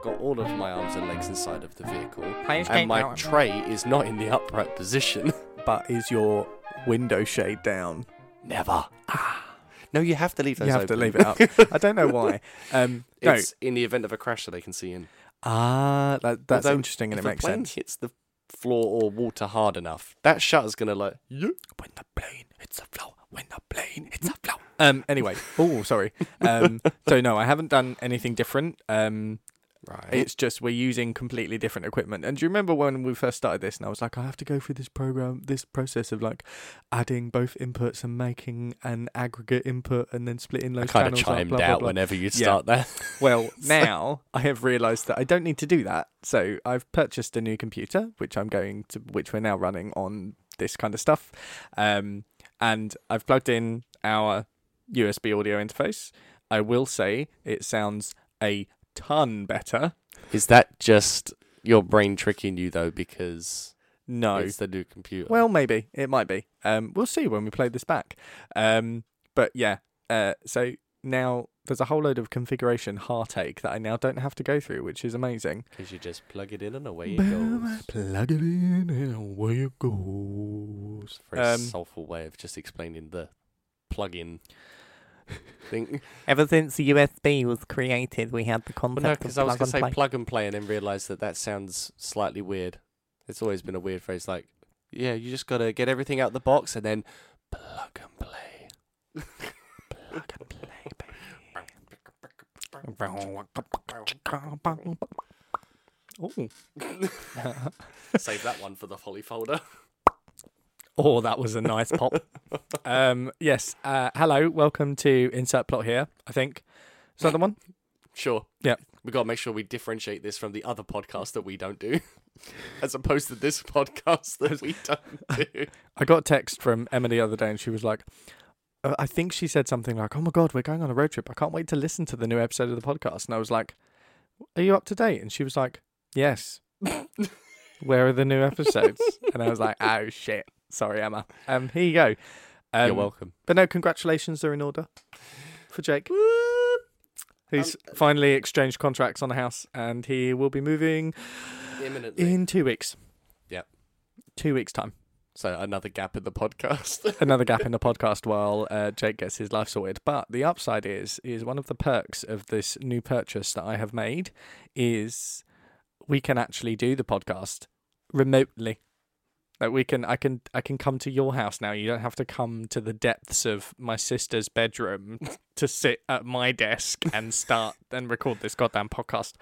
got all of my arms and legs inside of the vehicle, Planes and came my out. tray is not in the upright position. But is your window shade down? Ah. Never. No, you have to leave those. you have to open. leave it up. I don't know why. Um, no. It's in the event of a crash that they can see in. Ah, that, that's Although, interesting if and it the makes plane sense. hits the floor or water hard enough, that shutter's gonna like. When the plane, it's a flow. When the plane, it's a flow. Um, anyway, oh, sorry. Um, so no, I haven't done anything different. Um, Right. It's just we're using completely different equipment. And do you remember when we first started this? And I was like, I have to go through this program, this process of like adding both inputs and making an aggregate input and then splitting I those kind of channels. up, chimed blah, blah, out blah. whenever you Yeah. start there. Well, now I have realised that I don't need to do that. So I've purchased a new computer, which I'm going to, which we're now running on this kind of stuff. Um, and I've plugged in our USB audio interface. I will say it sounds a ton better. Is that just your brain tricking you though? Because No, it's the new computer. Well, maybe it might be. Um, we'll see when we play this back. Um, but yeah, uh, so now there's a whole load of configuration heartache that I now don't have to go through, which is amazing. because you just plug it in and away it Boom, I goes. plug it in and away it goes. Very Um, soulful way of just explaining the plug-in thing. Ever since the USB was created, we had the concept Well, no, of because I was plug going to and say play. plug and play and then realised that that sounds slightly weird. It's always been a weird phrase like, yeah, you just got to get everything out the box and then plug and play. plug and play, baby. Oh. Save that one for the Holly folder. Oh, that was a nice pop. um, yes. Uh, hello, welcome to insert plot here. I think is that the one? Sure. Yeah. we got to make sure we differentiate this from the other podcast that we don't do, as opposed to this podcast that we don't do. I got a text from Emma the other day, and she was like, uh, I think she said something like, "Oh my god, we're going on a road trip. I can't wait to listen to the new episode of the podcast." And I was like, "Are you up to date?" And she was like, "Yes." Where are the new episodes? and I was like, "Oh shit, sorry, Emma. Um, here you go." Um, You're welcome. But no, congratulations are in order for Jake. He's finally exchanged contracts on a house, and he will be moving Imminently. in two weeks. Yep. two weeks time. So another gap in the podcast. another gap in the podcast while uh, Jake gets his life sorted. But the upside is is one of the perks of this new purchase that I have made is we can actually do the podcast remotely. Like we can, I can, I can come to your house now. You don't have to come to the depths of my sister's bedroom to sit at my desk and start and record this goddamn podcast.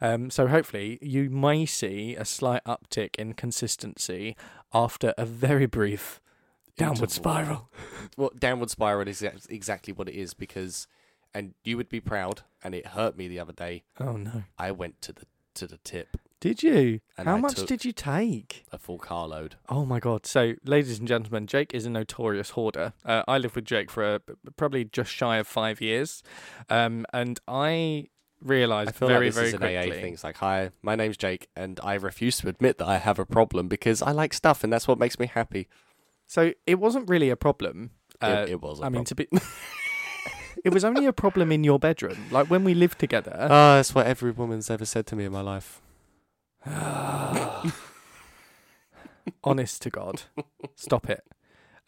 Um, so hopefully, you may see a slight uptick in consistency after a very brief downward Interval. spiral. well, downward spiral is ex- exactly what it is because, and you would be proud. And it hurt me the other day. Oh no! I went to the to the tip Did you? And How I much took- did you take? a full carload. Oh my god! So, ladies and gentlemen, Jake is a notorious hoarder. Uh, I lived with Jake for uh, probably just shy of five years, um, and I realised I feel very, like this very is an quickly. AA thing. It's like, hi, my name's Jake, and I refuse to admit that I have a problem because I like stuff, and that's what makes me happy. So it wasn't really a problem. It, Uh, it was. a I problem. mean, to be, it was only a problem in your bedroom. Like when we lived together. Oh, that's what every woman's ever said to me in my life. honest to God, stop it.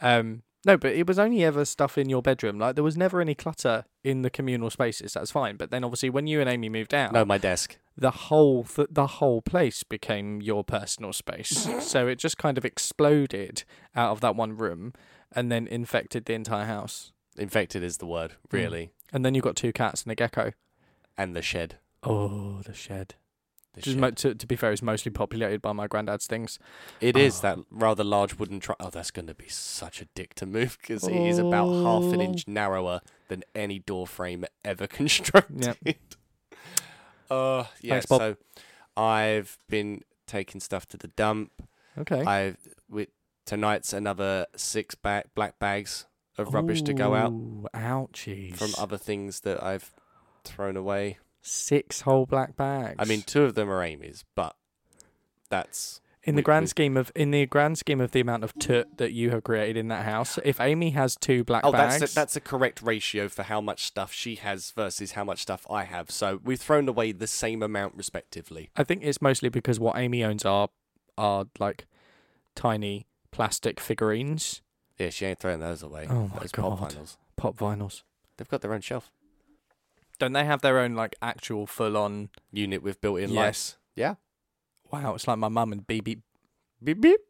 Um, no, but it was only ever stuff in your bedroom. Like there was never any clutter in the communal spaces. That's fine. But then obviously when you and Amy moved out, No, my desk. the whole th- the whole place became your personal space. so it just kind of exploded out of that one room, and then infected the entire house. Infected is the word, really. And then you got two cats and a gecko. And the shed. Oh, the shed. The Which is shed. mo- to, to be fair, is mostly populated by my granddad's things. it is that rather large wooden truck. Oh, that's going to be such a dick to move because it is about half an Oh. inch narrower than any door frame ever constructed. Uh, yeah, Thanks, Bob. so I've been taking stuff to the dump. Okay. I've with tonight's another six ba- black bags of rubbish to go out Ooh, Ouchies. from other things that I've thrown away. Six whole black bags. I mean, two of them are Amy's, but that's in we- the grand we- scheme of in the grand scheme of the amount of toot that you have created in that house, if Amy has two black oh, bags, that's a, that's a correct ratio for how much stuff she has versus how much stuff I have. So we've thrown away the same amount respectively. I think it's mostly because what Amy owns are are like tiny plastic figurines, Yeah, she ain't throwing those away. Oh my Those pop God. vinyls. pop vinyls. They've got their own shelf Don't they have their own like actual full on? unit with built-in lights. Yes. Yeah. Wow, it's like my mum and BB. Beep beep.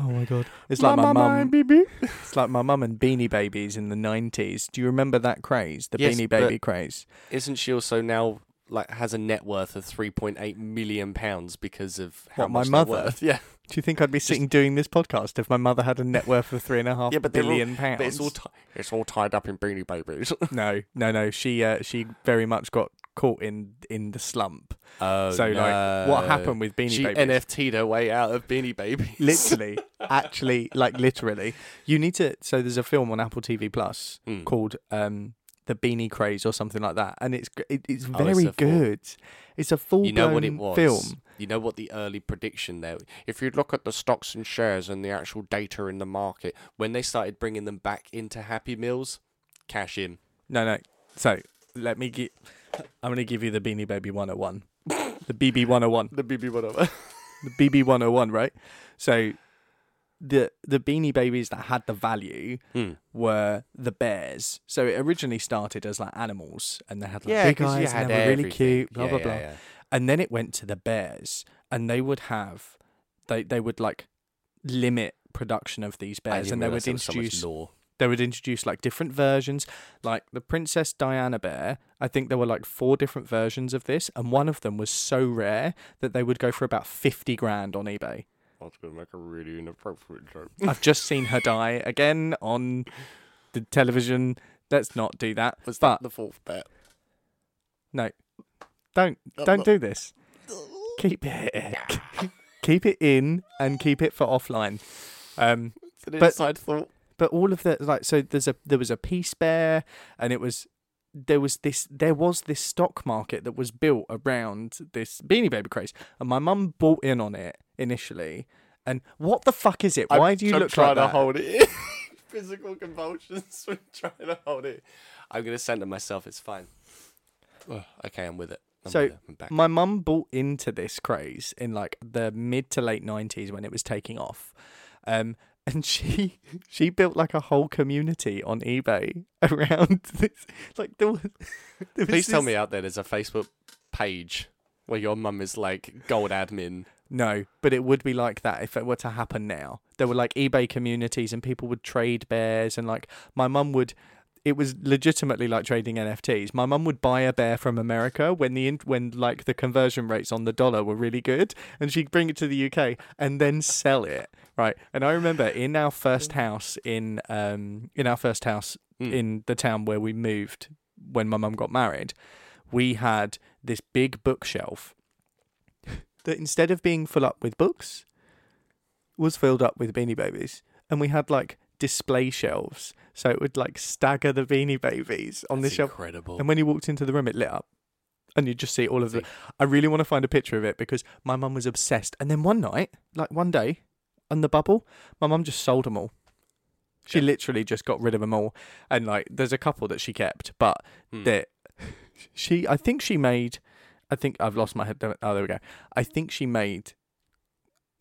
Oh my god, it's My like my mama and mum. beep beep. It's like my mum and Beanie Babies in the nineties. Do you remember that craze, the Yes, Beanie but- Baby craze? Isn't she also now like has a net worth of three point eight million pounds because of how What, my much they're mother? worth? Yeah. Do you think I'd be sitting doing this podcast if my mother had a net worth of three and a half Yeah, but they're all- billion pounds? But it's all ti- it's all tied up in Beanie Babies. no, no, no. She uh, she very much got caught in in the slump. Oh, so like, what happened with Beanie She Babies? NFT'd her way out of Beanie Babies. literally, actually, like literally, you need to. So there's a film on Apple TV Plus Hmm. called um, "The Beanie Craze" or something like that, and it's g- it, it's Oh, it's very a full- good. It's a full You know what it blown was. film. You know what the early prediction there. If you look at the stocks and shares and the actual data in the market, when they started bringing them back into Happy Meals, cash in. No, no. So let me get. I'm gonna give you the Beanie Baby 101, the BB 101. The BB whatever. the BB one hundred one, right? So the the Beanie Babies that had the value Hmm. were the bears. So it originally started as like animals, and they had like Yeah, big because eyes, you and had they were really everything. cute, blah Yeah, blah yeah, blah. yeah. And then it went to the bears, and they would have they they would like limit production of these I bears, didn't and they realise would there was so much introduce lore. they would introduce like different versions like the princess diana bear i think there were like four different versions of this and one of them was so rare that they would go for about 50 grand on ebay I was going to make a really inappropriate joke. i've just seen her die again on the television let's not do that Was that but the fourth bet? no don't Oh, don't look. do this keep it keep it in and keep it for offline um It's an But- inside thought. but all of the like so there's a there was a peace bear and it was there was this there was this stock market that was built around this beanie baby craze and my mum bought in on it initially and what the fuck is it I'm- why do you I'm look trying like to that hold it? in. Physical convulsions. I'm trying to hold it. I'm gonna center myself. It's fine. Ugh, okay, I'm with it. I'm So, with it. I'm back. my mum bought into this craze in like the mid to late 90s when it was taking off um and she she built like a whole community on ebay around this like there was, there was Please tell this- me out there there's a Facebook page where your mum is like gold admin. No, but it would be like that if it were to happen now. There were like eBay communities and people would trade bears and like my mum would it was legitimately like trading NFTs. My mum would buy a bear from America when the in- when like the conversion rates on the dollar were really good and she'd bring it to the UK and then sell it. Right. And I remember in our first house in um in our first house Mm. in the town where we moved when my mum got married, we had this big bookshelf that instead of being full up with books, was filled up with beanie babies. And we had like display shelves. So it would like stagger the beanie babies on the That's shelf. incredible. And when you walked into the room, it lit up. And you just see all of the. That's I really want to find a picture of it because my mum was obsessed. And then one night, like one day, on the bubble, my mum just sold them all. She Yeah. literally just got rid of them all. And like, there's a couple that she kept, but Hmm. that she, I think she made, I think I've lost my head. Oh, there we go. I think she made,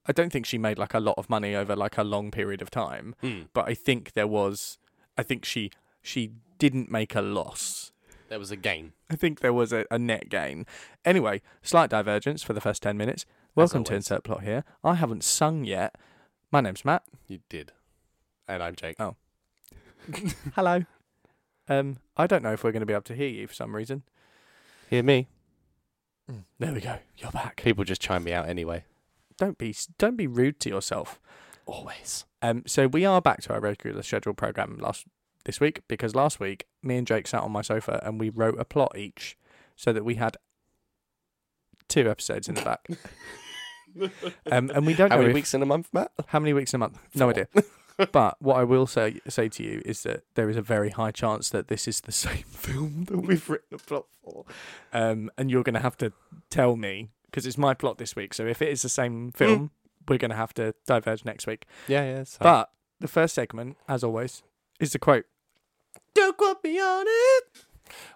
I don't think she made like a lot of money over like a long period of time, Hmm. but I think there was, I think she, she didn't make a loss. There was a game. I think there was a, a net gain. Anyway, slight divergence for the first 10 minutes. Welcome to always. Insert Plot here. I haven't sung yet. My name's Matt. You did. And I'm Jake. Oh. Hello. Um, I don't know if we're going to be able to hear you for some reason. Hear me. There we go. You're back. People just chime me out anyway. Don't be don't be rude to yourself. Always. Um, so we are back to our regular scheduled program last this week because last week me and Jake sat on my sofa and we wrote a plot each so that we had two episodes in the back. um, and we don't How know many if- weeks in a month, Matt? how many weeks in a month. No Four. idea. but what I will say say to you is that there is a very high chance that this is the same film that we've written a plot for, um, and you're going to have to tell me because it's my plot this week. So if it is the Mm. same film, we're going to have to diverge next week. Yeah, yeah. it's fine. But the first segment, as always, is the quote. don't quote me on it.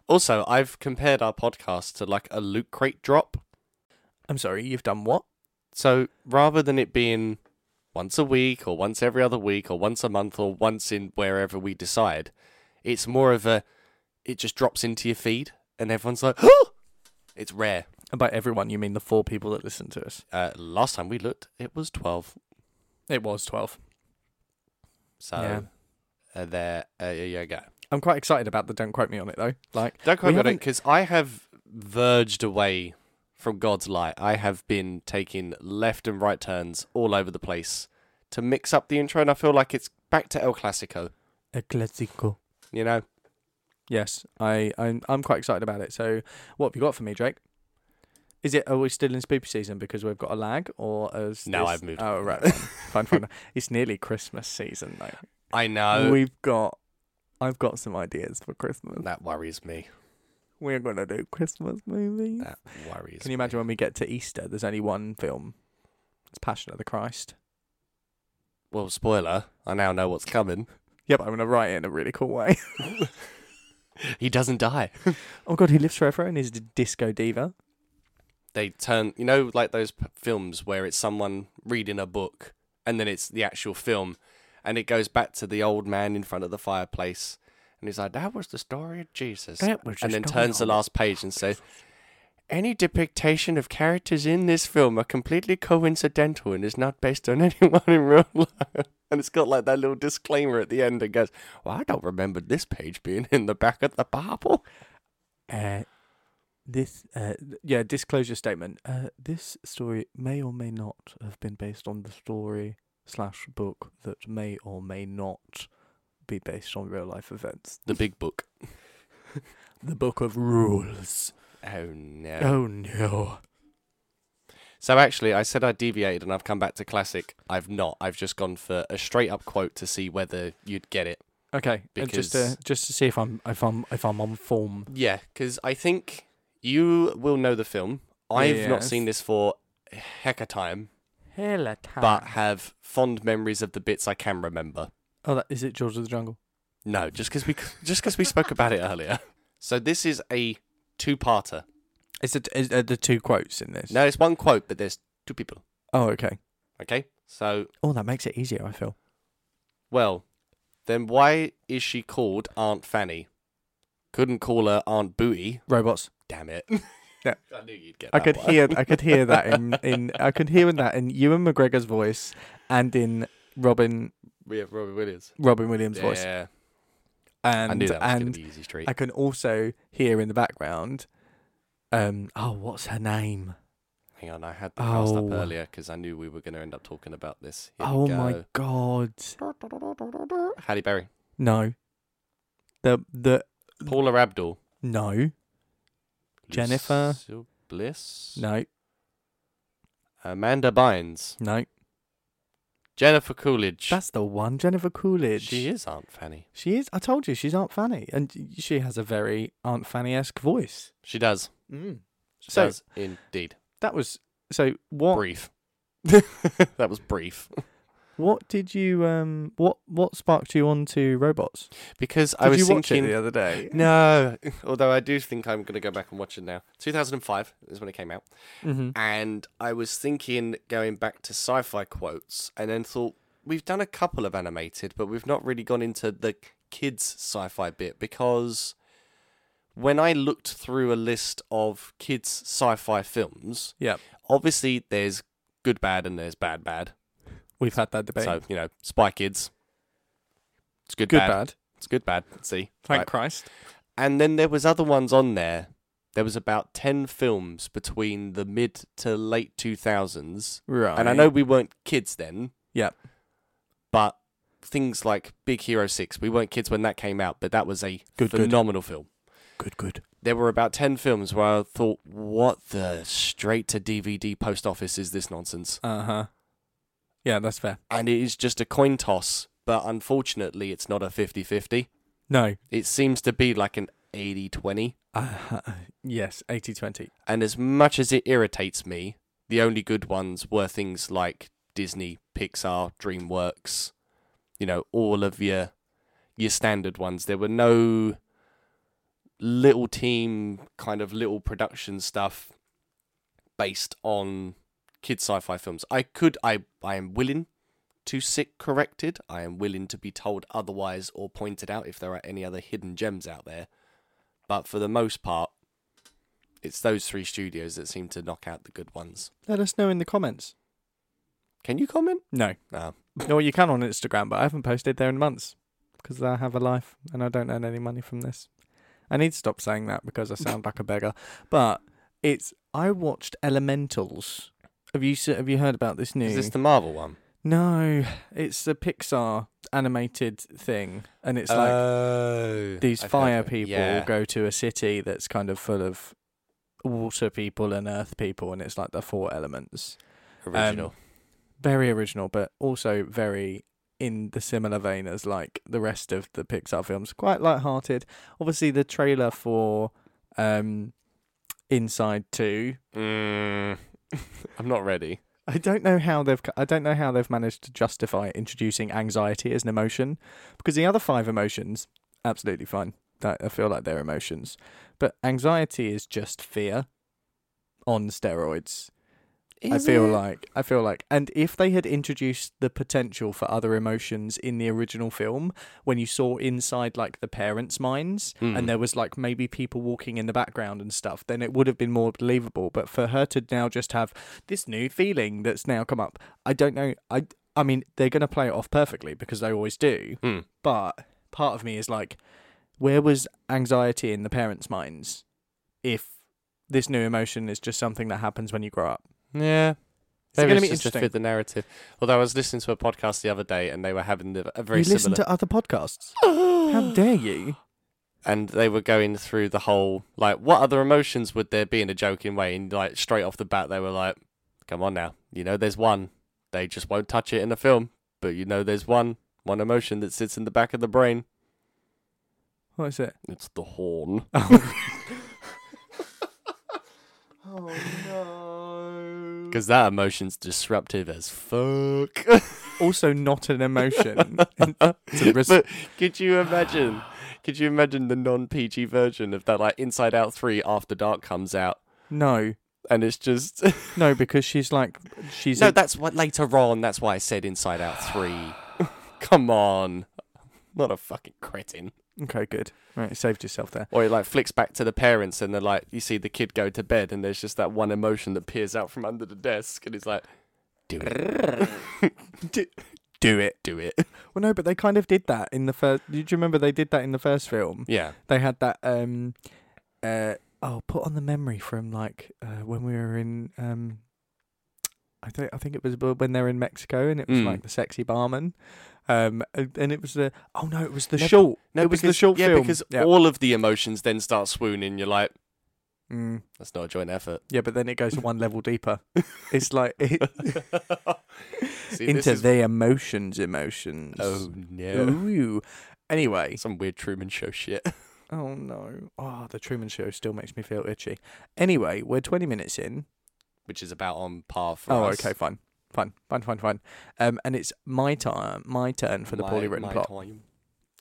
Also, I've compared our podcast to like a loot crate drop. I'm sorry, you've done what? So rather than it being once a week or once every other week or once a month or once in wherever we decide, it's more of a it just drops into your feed and everyone's like, oh! It's rare. And by everyone, you mean the four people that listen to us. Uh, last time we looked, it was 12. It was 12. So Yeah. uh, there, uh, yeah, yeah, go. I'm quite excited about the don't quote me on it though. Like Don't quote we me on it haven't- because I have verged away from God's light. I have been taking left and right turns all over the place to mix up the intro, and I feel like it's back to El Clasico. A classical. You know, Yes, I I'm, I'm quite excited about it. So what have you got for me, Drake? Is it are we still in spoopy season because we've got a lag or is No, this- I've moved Oh on. right, fine, fine, fine. It's nearly Christmas season though. I know We've got I've got some ideas for Christmas. that worries me. We're gonna do Christmas movies. That worries. Can you imagine when we get to Easter? There's only one film. It's Passion of the Christ. Me. Well, spoiler. I now know what's coming. Yeah, but I'm gonna write it in a really cool way. He doesn't die. oh god, he lives forever and is a disco diva. They turn. You know, like those p- films where it's someone reading a book, and then it's the actual film, and it goes back to the old man in front of the fireplace, and he's like, "That was the story of Jesus." was and then turns the last page and says, "Any depiction of characters in this film are completely coincidental and is not based on anyone in real life." And it's got like that little disclaimer at the end and goes, "Well, I don't remember this page being in the back of the Bible." Uh, this, uh, th- yeah, disclosure statement. Uh, this story may or may not have been based on the story slash book that may or may not be based on real life events. The big book. The book of rules. Oh no. Oh no. So actually, I said I deviated and I've come back to classic. I've not. I've just gone for a straight up quote to see whether you'd get it. Okay, and just to Because- just to see if I'm if I'm if I'm on form. Yeah, because I think you will know the film. I've not Yes. seen this for a heck of time, Hella but have fond memories of the bits I can remember. Oh, that is it. George of the Jungle. No, just because we just because we spoke about it earlier. So this is a two-parter. Is it is, are the two quotes in this? No, it's one quote, but there's two people. Oh, okay. Okay, so Oh, that makes it easier. I feel. well, then why is she called Aunt Fanny? Couldn't call her Aunt Booty. Robots. Damn it. Yeah. I knew you'd get I that could one. hear I could hear that in, in I could hear that in Ewan McGregor's voice and in Robin We have Robin Williams. Robin Williams' voice. Yeah. And I knew that was going and to be easy street. I can also hear in the background um oh what's her name? Hang on, I had the cast Oh. up earlier because I knew we were going to end up talking about this. Here we oh my go. god. Halle Berry. No. The the Paula Abdul. no, Jennifer. Lucille Bliss. no, Amanda Bynes. no. Jennifer Coolidge. That's the one, Jennifer Coolidge. She is Aunt Fanny. She is. I told you, she's Aunt Fanny, and she has a very Aunt Fanny-esque voice. She does. Mm. She So- does indeed. That was so. What Brief. that was brief. What did you um what what sparked you onto robots? Because Did I was you watch thinking it the other day? No, although I do think I'm going to go back and watch it now. 2005 is when it came out. Mm-hmm. And I was thinking going back to sci fi quotes and then thought, we've done a couple of animated, but we've not really gone into the kids' sci fi bit because when I looked through a list of kids' sci fi films, Yep. obviously there's good, bad, and there's bad, bad. We've had that debate. So, you know, Spy Kids. It's good, Good bad. bad. It's good, bad. See? Thank Right. Christ. and then there was other ones on there. There was about ten films between the mid to late two thousands, Right. and I know we weren't kids then. Yep. But things like Big Hero Six, we weren't kids when that came out, but that was a Good, good. phenomenal film. Good, good. There were about ten films where I thought, "What the straight to DVD post office is this nonsense?" Uh huh. Uh-huh. Yeah, that's fair. And it is just a coin toss but unfortunately, it's not a 50 50. No. It seems to be like an 80 20. Uh, yes, 80 20. And as much as it irritates me, the only good ones were things like Disney, Pixar, DreamWorks, you know, all of your your standard ones. There were no little team kind of little production stuff based on kids sci-fi films. I could I I am willing to sit corrected. I am willing to be told otherwise or pointed out if there are any other hidden gems out there. But for the most part, it's those three studios that seem to knock out the good ones. Let us know in the comments. Can you comment? No. No. Or you can on Instagram, but I haven't posted there in months because I have a life and I don't earn any money from this. I need to stop saying that because I sound like a beggar. But it's I watched Elementals. Have you se- have you heard about this new? Is this the Marvel one? no, it's a Pixar animated thing, and it's like oh, these I've fire heard of it. people Yeah. go to a city that's kind of full of water people and earth people, and it's like the four elements. original. Very original, but also very in the similar vein as like the rest of the Pixar films. Quite light-hearted. Obviously, the trailer for um, Inside Two. Mm, I'm not ready. I don't know how they've I don't know how they've managed to justify introducing anxiety as an emotion because the other five emotions absolutely fine. That I feel like they're emotions, but anxiety is just fear on steroids. I feel like I feel like and if they had introduced the potential for other emotions in the original film when you saw inside like the parents' minds Hmm. and there was like maybe people walking in the background and stuff then it would have been more believable but for her to now just have this new feeling that's now come up I don't know I I mean they're going to play it off perfectly because they always do Hmm. but part of me is like where was anxiety in the parents' minds if this new emotion is just something that happens when you grow up Yeah. it Maybe gonna it's be just to interesting? fit the narrative. Although I was listening to a podcast the other day and they were having the- a very you similar. listen to other podcasts. How dare you? and they were going through the whole like what other emotions would there be in a joking way and like straight off the bat they were like come on now you know there's one they just won't touch it in the film but you know there's one one emotion that sits in the back of the brain What is it? it's the horn Oh no. because that emotion's disruptive as fuck Also, not an emotion. but could you imagine could you imagine the non-pg version of that like inside out 3 after dark comes out no, and it's just no, because she's like, she's no, a- that's what later on. That's why I said Inside Out three. Come on, not a fucking cretin. okay, good. Right, you saved yourself there. Or it like flicks back to the parents, and they're like, you see the kid go to bed, and there's just that one emotion that peers out from under the desk, and it's like, do it, do, do it, do it. Well, no, but they kind of did that in the first. Did you remember they did that in the first film? Yeah, They had that. um uh Oh, put on the memory from like uh, when we were in. um I think I think it was when they were in Mexico, and it was Mm. like the sexy barman. Um, and, and it was the oh no, it was the No, but- short. it was the short yeah, film. because yeah. all of the emotions then start swooning. You're like, Mm. that's not a joint effort. yeah, but then it goes one level deeper. It's like it, See, this into is- the emotions, emotions. Oh no. Ooh. Anyway, Some weird Truman Show shit. Oh no. Oh, the Truman Show still makes me feel itchy. Anyway, we're 20 minutes in. which is about on par for oh, us. okay, fine. Fine, fine, fine, fine. Um, and it's my time, my turn for the My- poorly written my plot. time.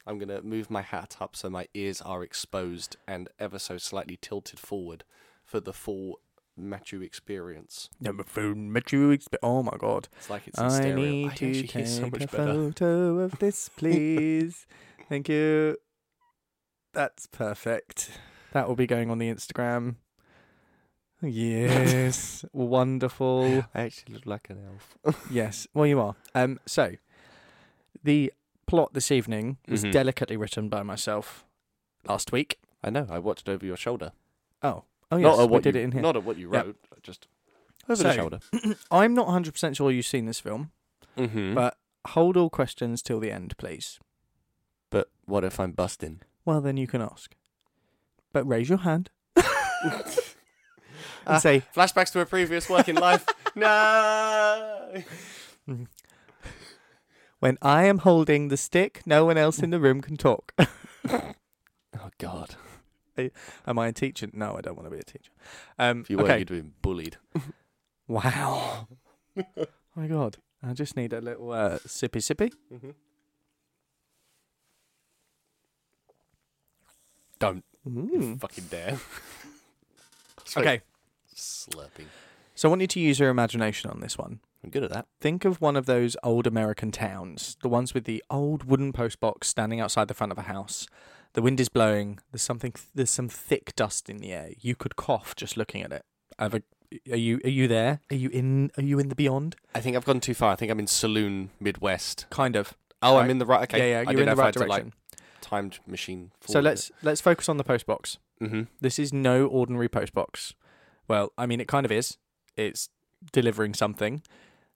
I'm gonna move my hat up so my ears are exposed and ever so slightly tilted forward for the full Machu experience. Number four, met you exp- Oh my god. It's like it's in I stereo. need I to actually take hear so a much better. photo of this, please. Thank you. That's perfect. That will be going on the Instagram. Yes, wonderful. I actually look like an elf. Yes, well, you are. Um, so the plot this evening was Mhm. delicately written by myself last week. I know. I watched over your shoulder. Oh, oh yes, not at we what did you, it in here. Not at what you Yeah. wrote. Just over the So- shoulder. I'm not 100 percent sure you've seen this film, Mm-hmm. But but hold all questions till the end, please. but what if I'm busting? Well, then you can ask, but raise your hand and say, Ah, Flashbacks to a previous working life. no. When I am holding the stick, no one else Mm. in the room can talk. Oh God. Am I a teacher? No, I don't want to be a teacher. Um, If you were, okay. you'd been bullied. Wow. oh my God. I just need a little uh, sippy sippy. Don't Mm. fucking dare. It's like Okay. Slurping. So I want you to use your imagination on this one. I'm good at that. Think of one of those old American towns, the ones with the old wooden post box standing outside the front of a house. The wind is blowing. There's something. There's some thick dust in the air. You could cough just looking at it. I have a, are you? Are you there? Are you in? Are you in the beyond? I think I've gone too far. I think I'm in Saloon Midwest. Kind of. Oh, I'm Right. in the right. Okay. I Yeah, yeah. You're in didn't the know if I right had to, like, direction. timed machine. so let's let's focus on the post box. Mm-hmm. This is no ordinary post box. Well, I mean, it kind of is. It's delivering something.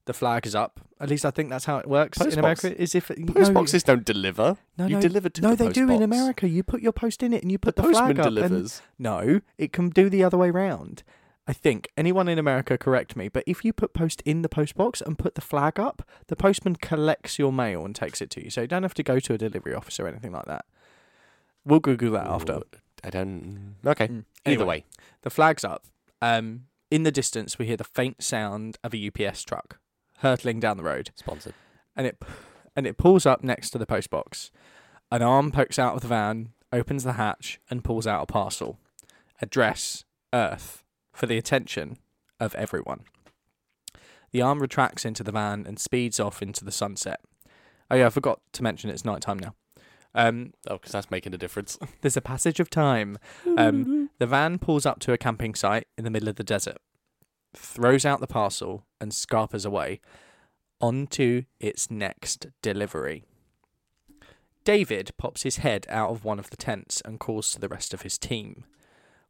The flag is up. At least I think that's how it works Post in box? America. Is if no, Postboxes don't deliver. No, you no, deliver to no, the they do in postbox. America. You put your post in it and you The, put the, postman flag up. and- delivers. no, it can do the other way round. I think anyone in America correct me, but if you put post in the post box and put the flag up, the postman collects your mail and takes it to you. So you don't have to go to a delivery office or anything like that. We'll Google that after. Ooh, I don't. Okay. Mm. Either Anyway. way. The flag's up. Um, in the distance, we hear the faint sound of a UPS truck hurtling down the road, Sponsored. and it and it pulls up next to the post box. An arm pokes out of the van, opens the hatch, and pulls out a parcel. Address Earth for the attention of everyone. The arm retracts into the van and speeds off into the sunset. Oh yeah, I forgot to mention it's nighttime now. Um, Oh, because that's making a difference. there's a passage of time. Um, the van pulls up to a camping site in the middle of the desert, throws out the parcel, and scarpers away onto its next delivery. David pops his head out of one of the tents and calls to the rest of his team.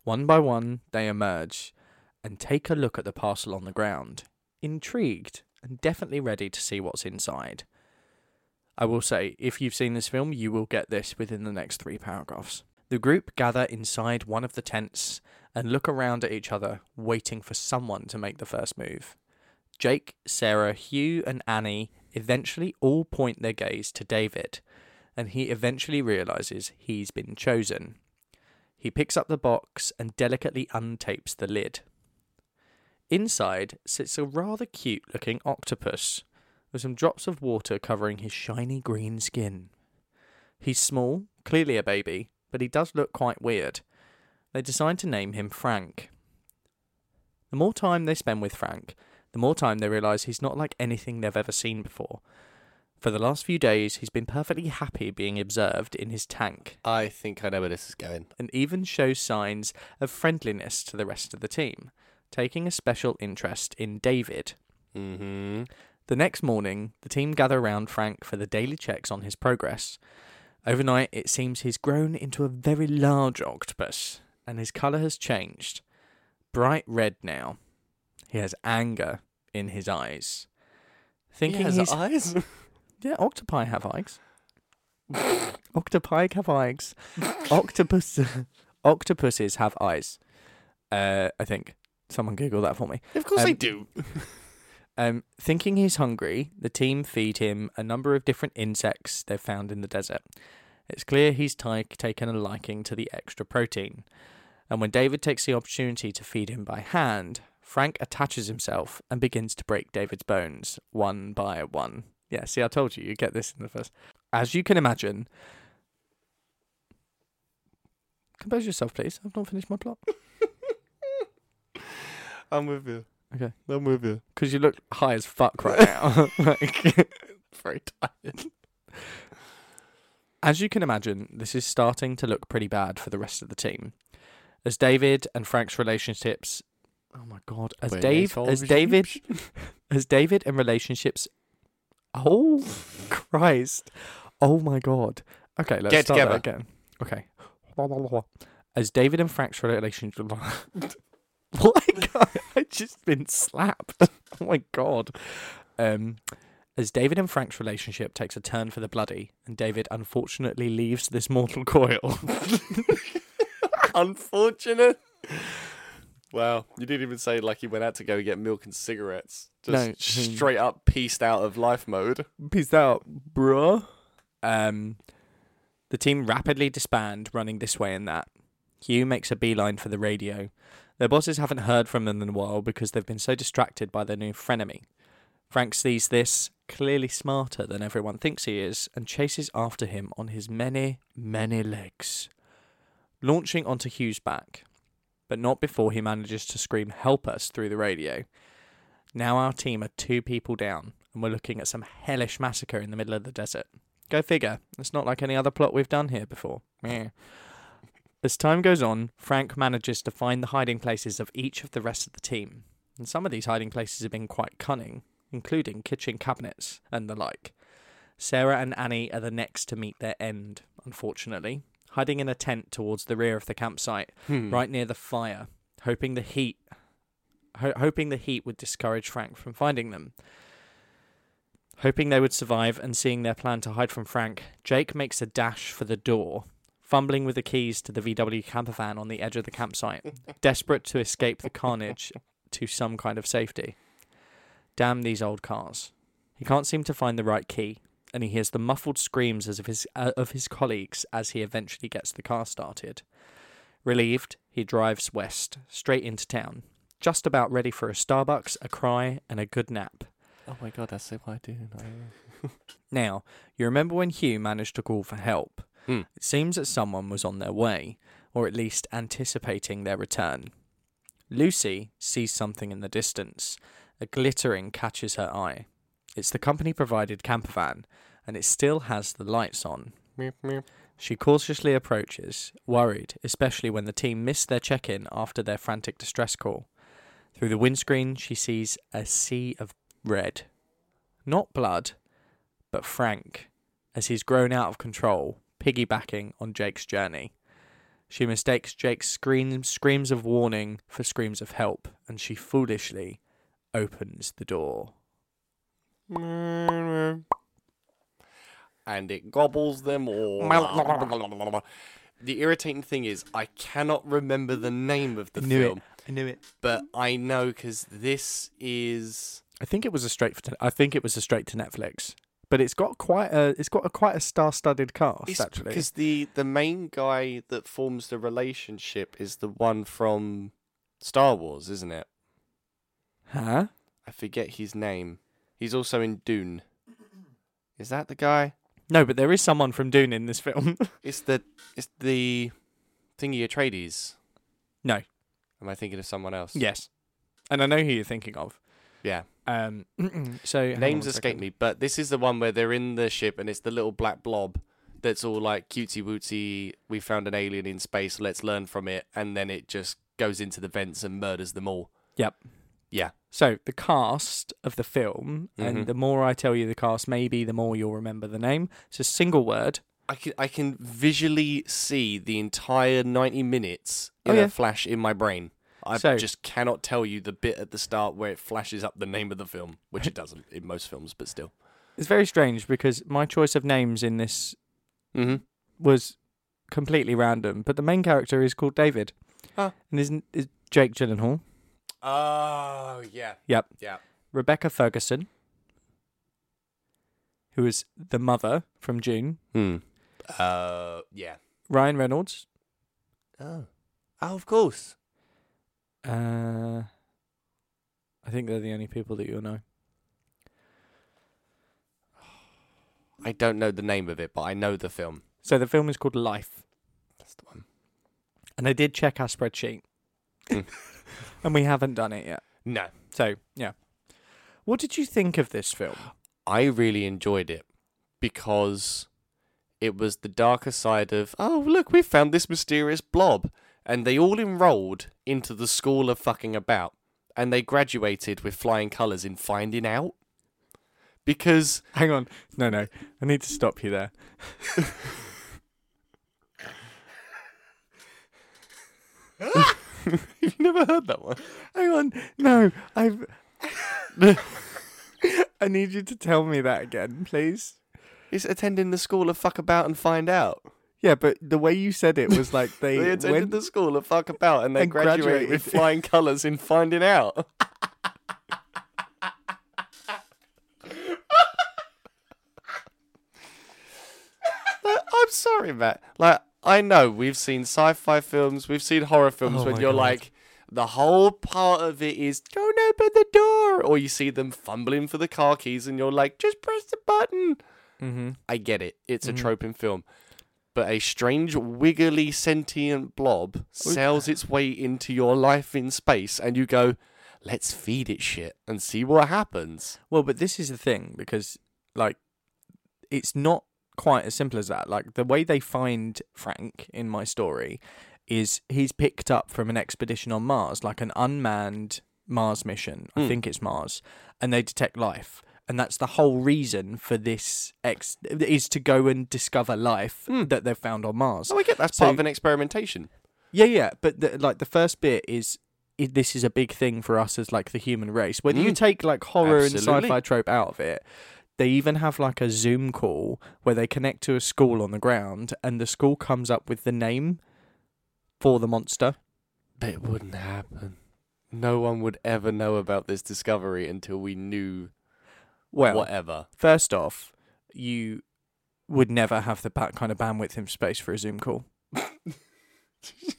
One by one, they emerge and take a look at the parcel on the ground, intrigued and definitely ready to see what's inside. I will say, if you've seen this film, you will get this within the next three paragraphs. The group gather inside one of the tents and look around at each other, waiting for someone to make the first move. Jake, Sarah, Hugh, and Annie eventually all point their gaze to David, and he eventually realizes he's been chosen. He picks up the box and delicately untapes the lid. Inside sits a rather cute looking octopus with some drops of water covering his shiny green skin. He's small, clearly a baby, but he does look quite weird. They decide to name him Frank. The more time they spend with Frank, the more time they realise he's not like anything they've ever seen before. For the last few days, he's been perfectly happy being observed in his tank I think I know where this is going. and even shows signs of friendliness to the rest of the team, taking a special interest in David. Mm-hmm. The next morning, the team gather around Frank for the daily checks on his progress. Overnight, it seems he's grown into a very large octopus, and his colour has changed. Bright red now. He has anger in his eyes. Thinking he's. eyes. yeah, octopi have eyes. octopi have eyes. Octopus. Octopuses have eyes. Uh, I think. Someone Google that for me. of course Um, they do. Um, thinking he's hungry, the team feed him a number of different insects they've found in the desert. It's clear he's ti- taken a liking to the extra protein. And when David takes the opportunity to feed him by hand, Frank attaches himself and begins to break David's bones one by one. Yeah, see, I told you, you get this in the first. As you can imagine. Compose yourself, please. I've not finished my plot. I'm with you. Okay. I'm with you. Because you look high as fuck right now. like, very tired. As you can imagine, this is starting to look pretty bad for the rest of the team. As David and Frank's relationships Oh my god. As Wait, Dave it's as David as David and relationships Oh Christ. Oh my god. Okay, let's Get start that together. again. Okay. As David and Frank's relationship Like I just been slapped. Oh my god. Um as David and Frank's relationship takes a turn for the bloody, and David unfortunately leaves this mortal coil. Unfortunate. Wow, you didn't even say like he went out to go get milk and cigarettes. Just No. straight up pieced out of life mode. Peace out, bruh. Um, the team rapidly disband, running this way and that. Hugh makes a beeline for the radio. Their bosses haven't heard from them in a while because they've been so distracted by their new frenemy. Frank sees this, clearly smarter than everyone thinks he is, and chases after him on his many, many legs, launching onto Hugh's back. But not before he manages to scream, Help us! through the radio. Now our team are two people down, and we're looking at some hellish massacre in the middle of the desert. Go figure. It's not like any other plot we've done here before. Meh. As time goes on, Frank manages to find the hiding places of each of the rest of the team. And some of these hiding places have been quite cunning, including kitchen cabinets and the like. Sarah and Annie are the next to meet their end, unfortunately, hiding in a tent towards the rear of the campsite, Mm. Hmm. right near the fire, hoping the heat ho- hoping the heat would discourage Frank from finding them. Hoping they would survive and seeing their plan to hide from Frank, Jake makes a dash for the door, fumbling with the keys to the VW camper van on the edge of the campsite, desperate to escape the carnage to some kind of safety. Damn these old cars. He can't seem to find the right key, and he hears the muffled screams as of his, uh, of his colleagues as he eventually gets the car started. Relieved, he drives west, straight into town, just about ready for a Starbucks, a cry, and a good nap. Oh my god, that's so I do. Now, you remember when Hugh managed to call for help? Hmm. It seems that someone was on their way, or at least anticipating their return. Lucy sees something in the distance. A glittering catches her eye. It's the company provided camper van, and it still has the lights on. She cautiously approaches, worried, especially when the team missed their check in after their frantic distress call. Through the windscreen, she sees a sea of red. Not blood, but Frank, as he's grown out of control, piggybacking on Jake's journey. She mistakes Jake's scream, screams of warning for screams of help, and she foolishly opens the door. And it gobbles them all. the irritating thing is, I cannot remember the name of the Knew it. film, I knew it. but I know because this is. I think it was a straight. For, I think it was a straight to Netflix, but it's got quite a. It's got a quite a star-studded cast It's actually. because the the main guy that forms the relationship is the one from Star Wars, isn't it? Huh? I forget his name. He's also in Dune. Is that the guy? No, but there is someone from Dune in this film. It's the it's the thingy Atreides. No. Am I thinking of someone else? yes, and I know who you're thinking of. Yeah. Um. So hang on Names one escape second. me, but this is the one where they're in the ship and it's the little black blob that's all like cutesy wootsy. We found an alien in space. Let's learn from it, and then it just goes into the vents and murders them all. Yep. Yeah. So the cast of the film, Mhm. and the more I tell you the cast, maybe the more you'll remember the name. It's a single word. I can I can visually see the entire ninety minutes in Oh, yeah. a flash in my brain. I So- just cannot tell you the bit at the start where it flashes up the name of the film, which it doesn't in most films, but still. It's very strange because my choice of names in this Mm-hmm. was completely random, but the main character is called David, Huh. and is is Jake Gyllenhaal, Oh yeah. Yep. Yeah. Rebecca Ferguson, who is the mother from June, Hmm. Uh yeah. Ryan Reynolds, Oh. Oh, of course. Uh, I think they're the only people that you'll know. I don't know the name of it, but I know the film. So the film is called Life, That's the one. and I did check our spreadsheet, Hmm. Mm. and we haven't done it yet. No. So yeah, what did you think of this film? I really enjoyed it because it was the darker side of, oh, look, we found this mysterious blob. And they all enrolled into the school of fucking about. And they graduated with flying colours in finding out. Because Hang on, no, no, I need to stop you there. you've never heard that one. Hang on, no, I've. I need you to tell me that again, please. It's attending the school of fuck about and find out. Yeah, but the way you said it was like they, They attended went the school and fuck about, and they and graduated, with graduated. flying colours in finding out. Like, I'm sorry, Matt. Like I know we've seen sci-fi films, we've seen horror films Oh when my you're God. like. The whole part of it is don't open the door, or you see them fumbling for the car keys, and you're like, just press the button. mm-hmm. I get it. It's Mhm. a trope in film. But a strange, wiggly, sentient blob sails its way into your life in space, and you go, let's feed it shit and see what happens. Well, but this is the thing because like it's not quite as simple as that. Like the way they find Frank in my story is he's picked up from an expedition on Mars, like an unmanned Mars mission. I Hmm. think it's Mars, and they detect life. And that's the whole reason for this ex is to go and discover life Hmm. Oh, that they've found on Mars. So I get that's So- part of an experimentation. Yeah, yeah, but the, like the first bit is i this is a big thing for us as like the human race. Whether you Mm. take like horror and Absolutely. sci-fi trope out of it, they even have like a Zoom call where they connect to a school on the ground, and the school comes up with the name for the monster. But it wouldn't happen. No one would ever know about this discovery until we knew Well, whatever. first off, you would never have the ba- kind of bandwidth in space for a Zoom call.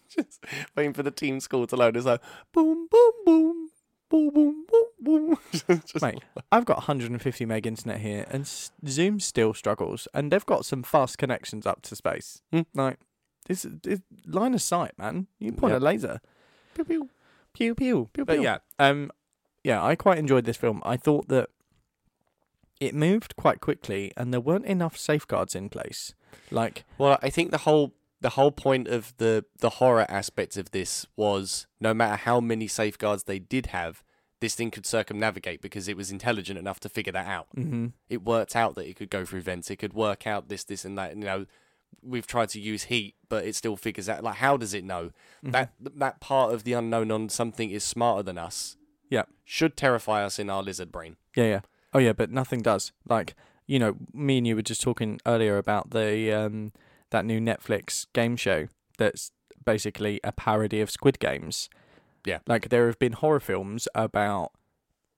Just waiting for the team score to load. It's like boom, boom, boom, boom, boom, boom, boom. Just- Mate, I've got 150 meg internet here, and s- Zoom still struggles, and they've got some fast connections up to space. Hmm. Like, it's, it's line of sight, man. You point Yep. a laser, pew pew, pew pew, pew But pew. yeah, um, yeah, I quite enjoyed this film. I thought that it moved quite quickly, and there weren't enough safeguards in place. Like, Well, I think the whole the whole point of the the horror aspect of this was no matter how many safeguards they did have, this thing could circumnavigate because it was intelligent enough to figure that out. mm-hmm. It worked out that it could go through vents. It could work out this, this, and that. You know, we've tried to use heat, but it still figures out. Like, how does it know that that part of the unknown on something is smarter than us? Yeah. should terrify us in our lizard brain. Yeah, yeah. Oh, yeah, but nothing does. Like, you know, me and you were just talking earlier about the um that new Netflix game show that's basically a parody of Squid Games. Yeah. Like there have been horror films about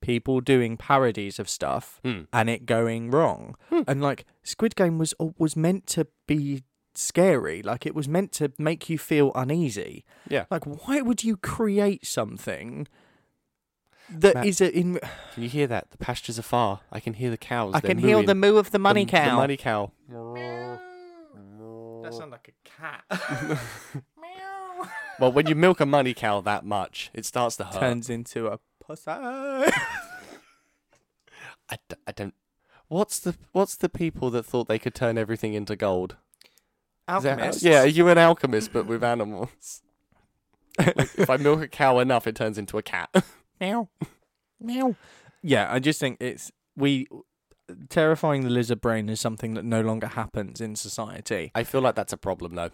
people doing parodies of stuff Hmm. and it going wrong. And like Squid Game was uh, was meant to be scary. Like it was meant to make you feel uneasy. Yeah. Like why would you create something that Matt, is a, in Can you hear that? The pastures are far. I can hear the cows. I They're can hear mooing. the moo of the money the, cow. The money cow. That sounds like a cat. Well, when you milk a money cow that much, it starts to hurt. Turns into a pussy. I, d- I don't. What's the What's the people that thought they could turn everything into gold? Is that- Alchemist. yeah, are you an alchemist but with animals? Like, if I milk a cow enough, it turns into a cat. Meow. Meow. Yeah, I just think it's we terrifying the lizard brain is something that no longer happens in society. I feel like that's a problem though.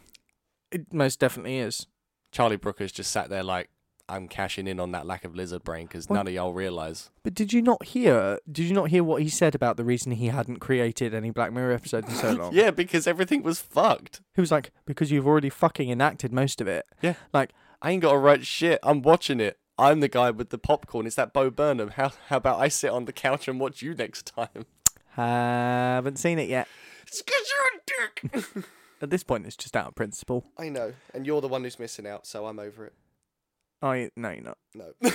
It most definitely is. Charlie Brooker's just sat there like, I'm cashing in on that lack of lizard brain because Well- none of y'all realise. But did you not hear? Did you not hear what he said about the reason he hadn't created any Black Mirror episodes in so long? Yeah, because everything was fucked. He was like, because you've already fucking enacted most of it. Yeah. Like, I ain't got to write shit. I'm watching it. I'm the guy with the popcorn. It's that Bo Burnham. How how about I sit on the couch and watch you next time? haven't seen it yet. It's because you're a dick. At this point, it's just out of principle. I know, and you're the one who's missing out, so I'm over it. I no, you're not. No.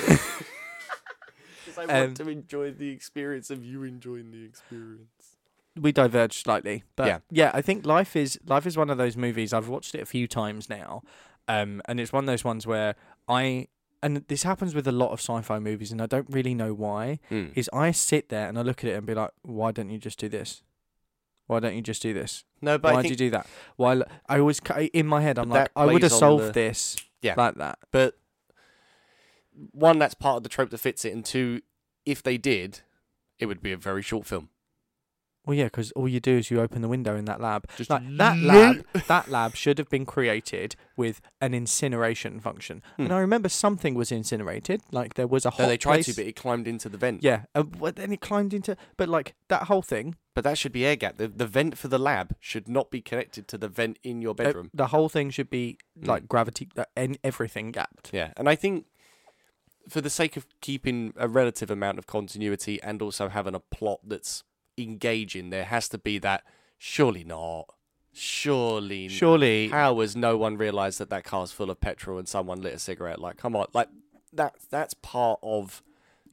Because I Um, want to enjoy the experience of you enjoying the experience. we diverged slightly, but yeah. Yeah. I think life is life is one of those movies. I've watched it a few times now, um, and it's one of those ones where I and this happens with a lot of sci-fi movies, and I don't really know why. Hmm. Is I sit there and I look at it and be like, why don't you just do this? Why don't you just do this? No, but why I did think, you do that? Why l- I always ca- in my head I'm But like, that I would have plays on solved the- this, Yeah. like that. but one, that's part of the trope that fits it, and two, if they did, it would be a very short film. Well, yeah, because all you do is you open the window in that lab. Just Like, that lab, that lab should have been created with an incineration function. And Hmm. I remember something was incinerated, like there was a hot. No, they tried to, place- but it climbed into the vent. Yeah, uh, but then it climbed into. But like that whole thing, But that should be air gap. The, the vent for the lab should not be connected to the vent in your uh, bedroom. the whole thing should be like Mm. gravity uh, and everything gapped. Yeah, and I think for the sake of keeping a relative amount of continuity and also having a plot that's engaging, there has to be that. Surely not. Surely. n- Surely, How has no one realised that that car's full of petrol and someone lit a cigarette? Like, come on, like that. That's part of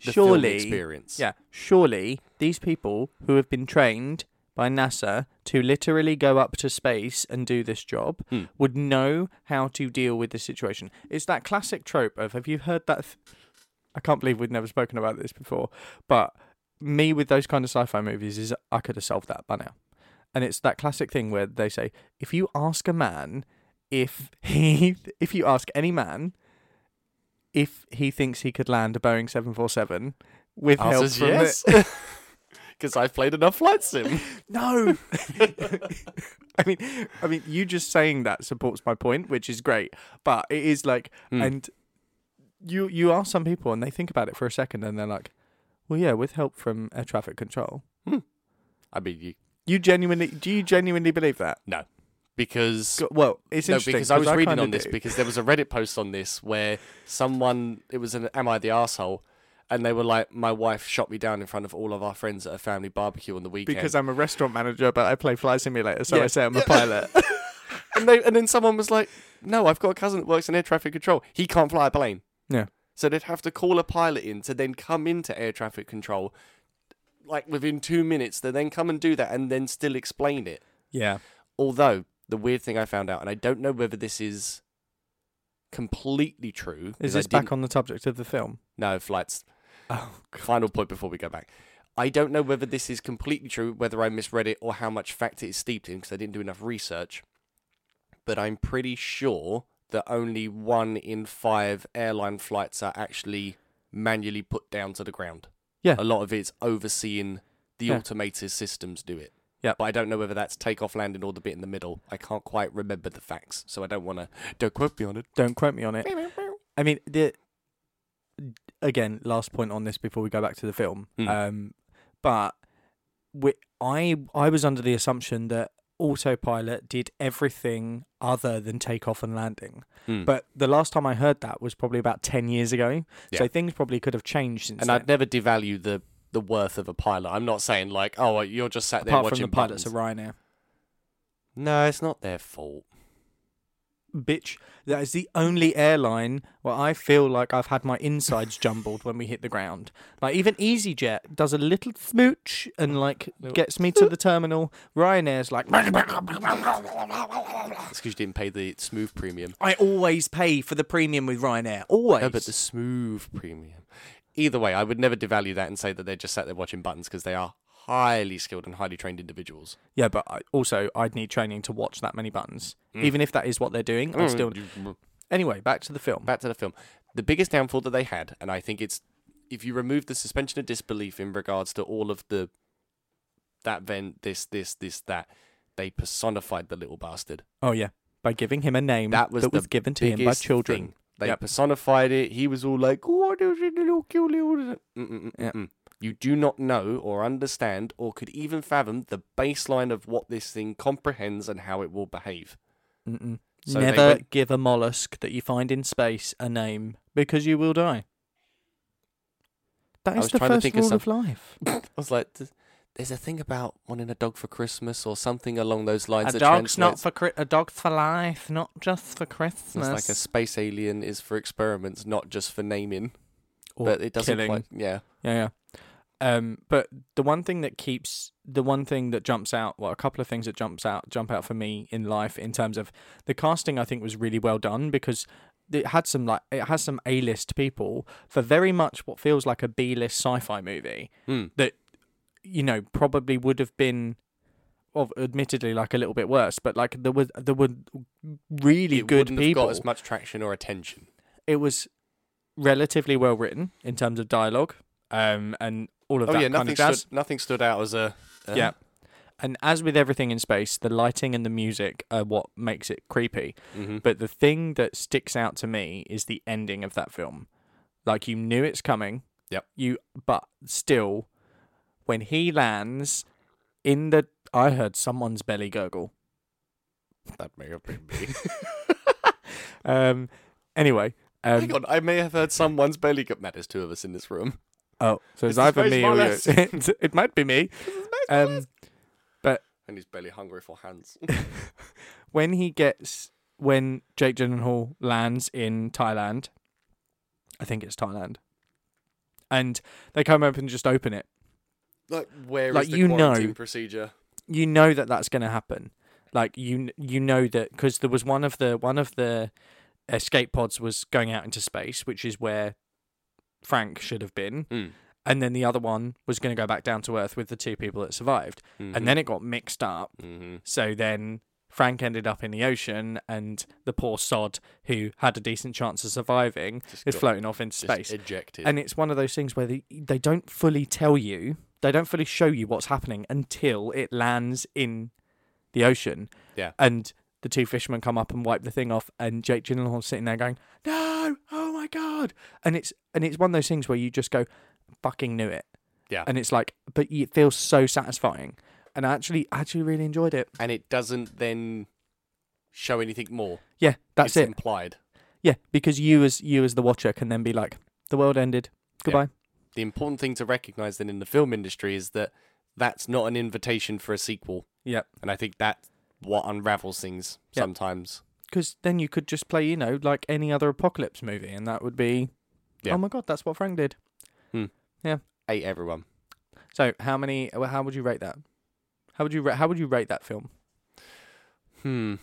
the film surely, experience. yeah, surely these people who have been trained by NASA to literally go up to space and do this job Hmm. would know how to deal with the situation. It's that classic trope of have you heard that? th- I can't believe we'd never spoken about this before, but me with those kind of sci-fi movies is I could have solved that by now. And it's that classic thing where they say if you ask a man if he if you ask any man if he thinks he could land a Boeing 747 with help Answers from yes. the- Because I've played enough flight sim. no. I mean, I mean, you just saying that supports my point, which is great. But it is like, Mm. and you you ask some people, and they think about it for a second, and they're like, "Well, yeah, with help from air traffic control." I mean, you, You genuinely do you genuinely believe that? because Go- Well, it's no, interesting because I was reading kinda on this do. because there was a Reddit post on this where someone it was an "Am I the asshole?" and they were like, "My wife shot me down in front of all of our friends at a family barbecue on the weekend." because I'm a restaurant manager, but I play Fly Simulator, so I Yeah. say I'm a pilot. and, they, and then someone was like, "No, I've got a cousin that works in air traffic control. He can't fly a plane." Yeah. So they'd have to call a pilot in to then come into air traffic control, like within two minutes. They then come and do that and then still explain it. yeah, Although the weird thing I found out, and I don't know whether this is completely true, is 'cause I this back didn't- on the subject of the film? No flights. Oh, Final point before we go back. I don't know whether this is completely true, whether I misread it or how much fact it is steeped in, because I didn't do enough research. But I'm pretty sure that only one in five airline flights are actually manually put down to the ground. Yeah. A lot of it's overseeing the Yeah. automated systems do it. Yeah. But I don't know whether that's takeoff landing or the bit in the middle. I can't quite remember the facts, so I don't want to. Don't quote me on it. Don't quote me on it. I mean, the again, last point on this before we go back to the film. Hmm. Um, but we, I I was under the assumption that autopilot did everything other than takeoff and landing. Hmm. But the last time I heard that was probably about ten years ago. So Yeah. things probably could have changed since and then. I'd never devalue the the worth of a pilot. I'm not saying like, oh, you're just sat there Apart from watching the pilots buttons. of Ryanair, No, it's not their fault. bitch, that is the only airline where I feel like I've had my insides jumbled when we hit the ground. Like even EasyJet does a little smooch and like Little gets me to the terminal. Ryanair's like. It's because you didn't pay the smooth premium. I always pay for the premium with Ryanair. Always. No, but the smooth premium. Either way, I would never devalue that and say that they're just sat there watching buttons because they are highly skilled and highly trained individuals. yeah, but I, also I'd need training to watch that many buttons. Mm. Even if that is what they're doing, I'd still. Anyway, back to the film. Back to the film. The biggest downfall that they had, and I think it's if you remove the suspension of disbelief in regards to all of the that vent, this, this, this, that, they personified the little bastard. Oh yeah, by giving him a name That was the given to him by biggest children. thing. They Yep. personified it. He was all like, "Oh, there's a little cute little." mm, mm, mm, Yep. mm." You do not know or understand or could even fathom the baseline of what this thing comprehends and how it will behave. Mm-mm. So they Never went- give a mollusk that you find in space a name because you will die. That I is was the trying to first think of rule of, life. I was like, "Th- "There's a thing about wanting a dog for Christmas or something along those lines." A that dog's not translates- for cri- a dog's for life, not just for It's Christmas. like a space alien is for experiments, not just for naming. Or but it doesn't killing. quite. Yeah. Yeah, yeah. Um, but the one thing that keeps the one thing that jumps out, well, a couple of things that jumps out jump out for me in life in terms of the casting. I think was really well done because it had some like it has some A list people for very much what feels like a B list sci fi movie Hmm. that you know probably would have been. Well, admittedly, like a little bit worse, but like there was there were really It good wouldn't have people got as much traction or attention. it was relatively well written in terms of dialogue um, and all of oh that yeah, kind of nothing jazz. stood, nothing stood out as a. uh, Yeah. And as with everything in space, the lighting and the music are what makes it creepy. Mm-hmm. But the thing that sticks out to me is the ending of that film. Like you knew it's coming. Yep. You but still when he lands in the I heard someone's belly gurgle. That may have been me. Um anyway, um, Hang on, I may have heard someone's belly gut matters. Two of us in this room. oh, so it's This is either very me or you. small-ass. it, it might be me. Um And he's belly hungry for hands. when he gets when Jake Gyllenhaal lands in Thailand, I think it's Thailand, and they come up and just open it. like where is Like, the you know- quarantine procedure? You know that that's going to happen. Like you, kn- you know that because there was one of the one of the escape pods was going out into space, which is where Frank should have been, Mm. and then the other one was going to go back down to Earth with the two people that survived, Mm-hmm. and then it got mixed up, hmm So then Frank ended up in the ocean, and the poor sod who had a decent chance of surviving Just is got- floating off into just space. ejected. and it's one of those things where they, they don't fully tell you, they don't fully show you what's happening until it lands in the ocean. Yeah. And the two fishermen come up and wipe the thing off, and Jake Gyllenhaal's sitting there going, "No, oh my god!" And it's and it's one of those things where you just go, "Fucking knew it." Yeah. And it's like, but it feels so satisfying, and I actually actually really enjoyed it. and it doesn't then show anything more. Yeah, that's it's it. implied. Yeah, because you as you as the watcher can then be like, the world ended. Goodbye. The important thing to recognize then in the film industry is that that's not an invitation for a sequel. Yeah. And I think that's what unravels things Yep. sometimes. Because then you could just play, you know, like any other apocalypse movie, and that would be, Yeah. oh my god, that's what Frank did. Ate everyone. So how many? well, How would you rate that? How would you ra- how would you rate that film? Hmm.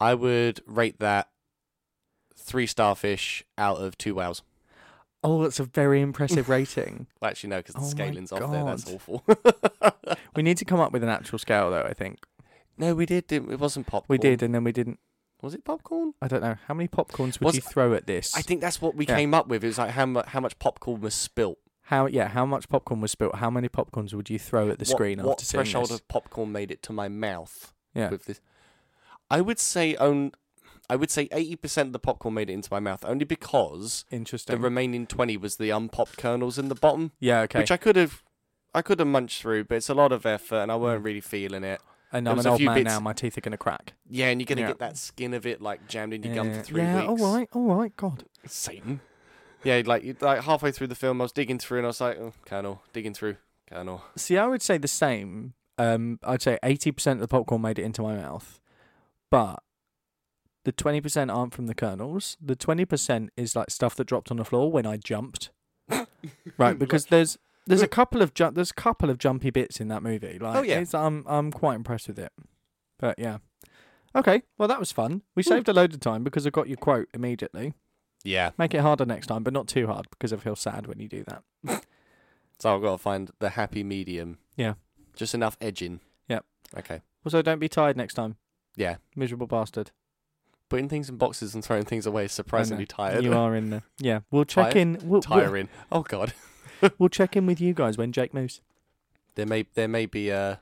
I would rate that three starfish out of two whales. Oh, that's a very impressive rating. Well, actually, no, because the Oh my scaling's off there. That's God. awful. We need to come up with an actual scale, though. I think no, we did. Didn't, we? it wasn't popcorn. we did, and then we didn't. Was it popcorn? I don't know how many popcorns would Was- you throw at this. I think that's what we Yeah. came up with. It was like how, mu- how much popcorn was spilt. how yeah, how much popcorn was spilt? How many popcorns would you throw at the what, screen what after seeing threshold this? of popcorn made it to my mouth Yeah. with this i would say on i would say 80% of the popcorn made it into my mouth only because the Interesting. remaining 20 was the unpopped kernels in the bottom yeah, okay. which i could have i could have munched through but it's a lot of effort and i Mm. weren't really feeling it And There I'm was an a old few man bits- now. My teeth are going to crack. yeah and you're gonna Yeah. get that skin of it like jammed in your gum for three yeah, weeks all right, all right. God, satan yeah like you- like halfway through the film i was digging through and i was like oh, kernel digging through kernel see, I would say the same. Um, I'd say eighty percent of the popcorn made it into my mouth, but the twenty percent aren't from the kernels. The twenty percent is like stuff that dropped on the floor when I jumped. right, because there's there's a couple of jump there's a couple of jumpy bits in that movie. Like, Oh, yeah. it's, I'm I'm quite impressed with it. But yeah, okay. Well, that was fun. We saved a load of time because I got your quote immediately. yeah Make it harder next time, but not too hard because I feel sad when you do that. So I've got to find the happy medium. Yeah. Just enough edging. Yep. Okay. Also, don't be tired next time. Yeah. Miserable bastard. Putting things in boxes and throwing things away is surprisingly tired. You are in there. Yeah. We'll check Tired- in. We'll, we'll, tiring. Oh God. we'll check in with you guys when Jake moves. There may there may be a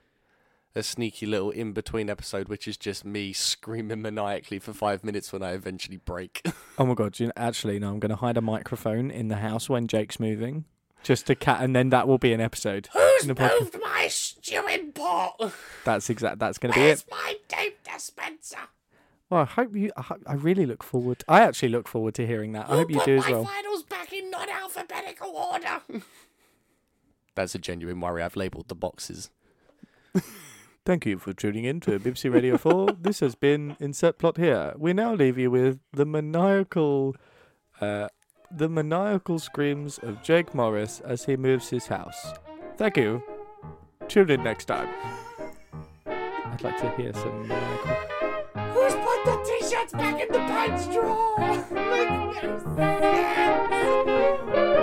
a sneaky little in between episode which is just me screaming maniacally for five minutes when I eventually break. Oh my god! You know, actually, no. I'm going to hide a microphone in the house when Jake's moving, just to cat, and then that will be an episode. Who's No problem. my stewing pot? That's exact. That's going to be it. my dope dispenser? Well, I hope you. I, hope- I really look forward. I actually look forward to hearing that. I hope you do as well. finals back in non-alphabetical order. That's a genuine worry. I've labelled the boxes. Thank you for tuning in to BBC Radio 4. this has been Insert Plot Here. We now leave you with the maniacal uh, the maniacal screams of Jake Morris as he moves his house. Thank you. Tune in next time. I'd like to hear some maniacal. Who's put the t-shirts back in the pants drawer? Makes no sense.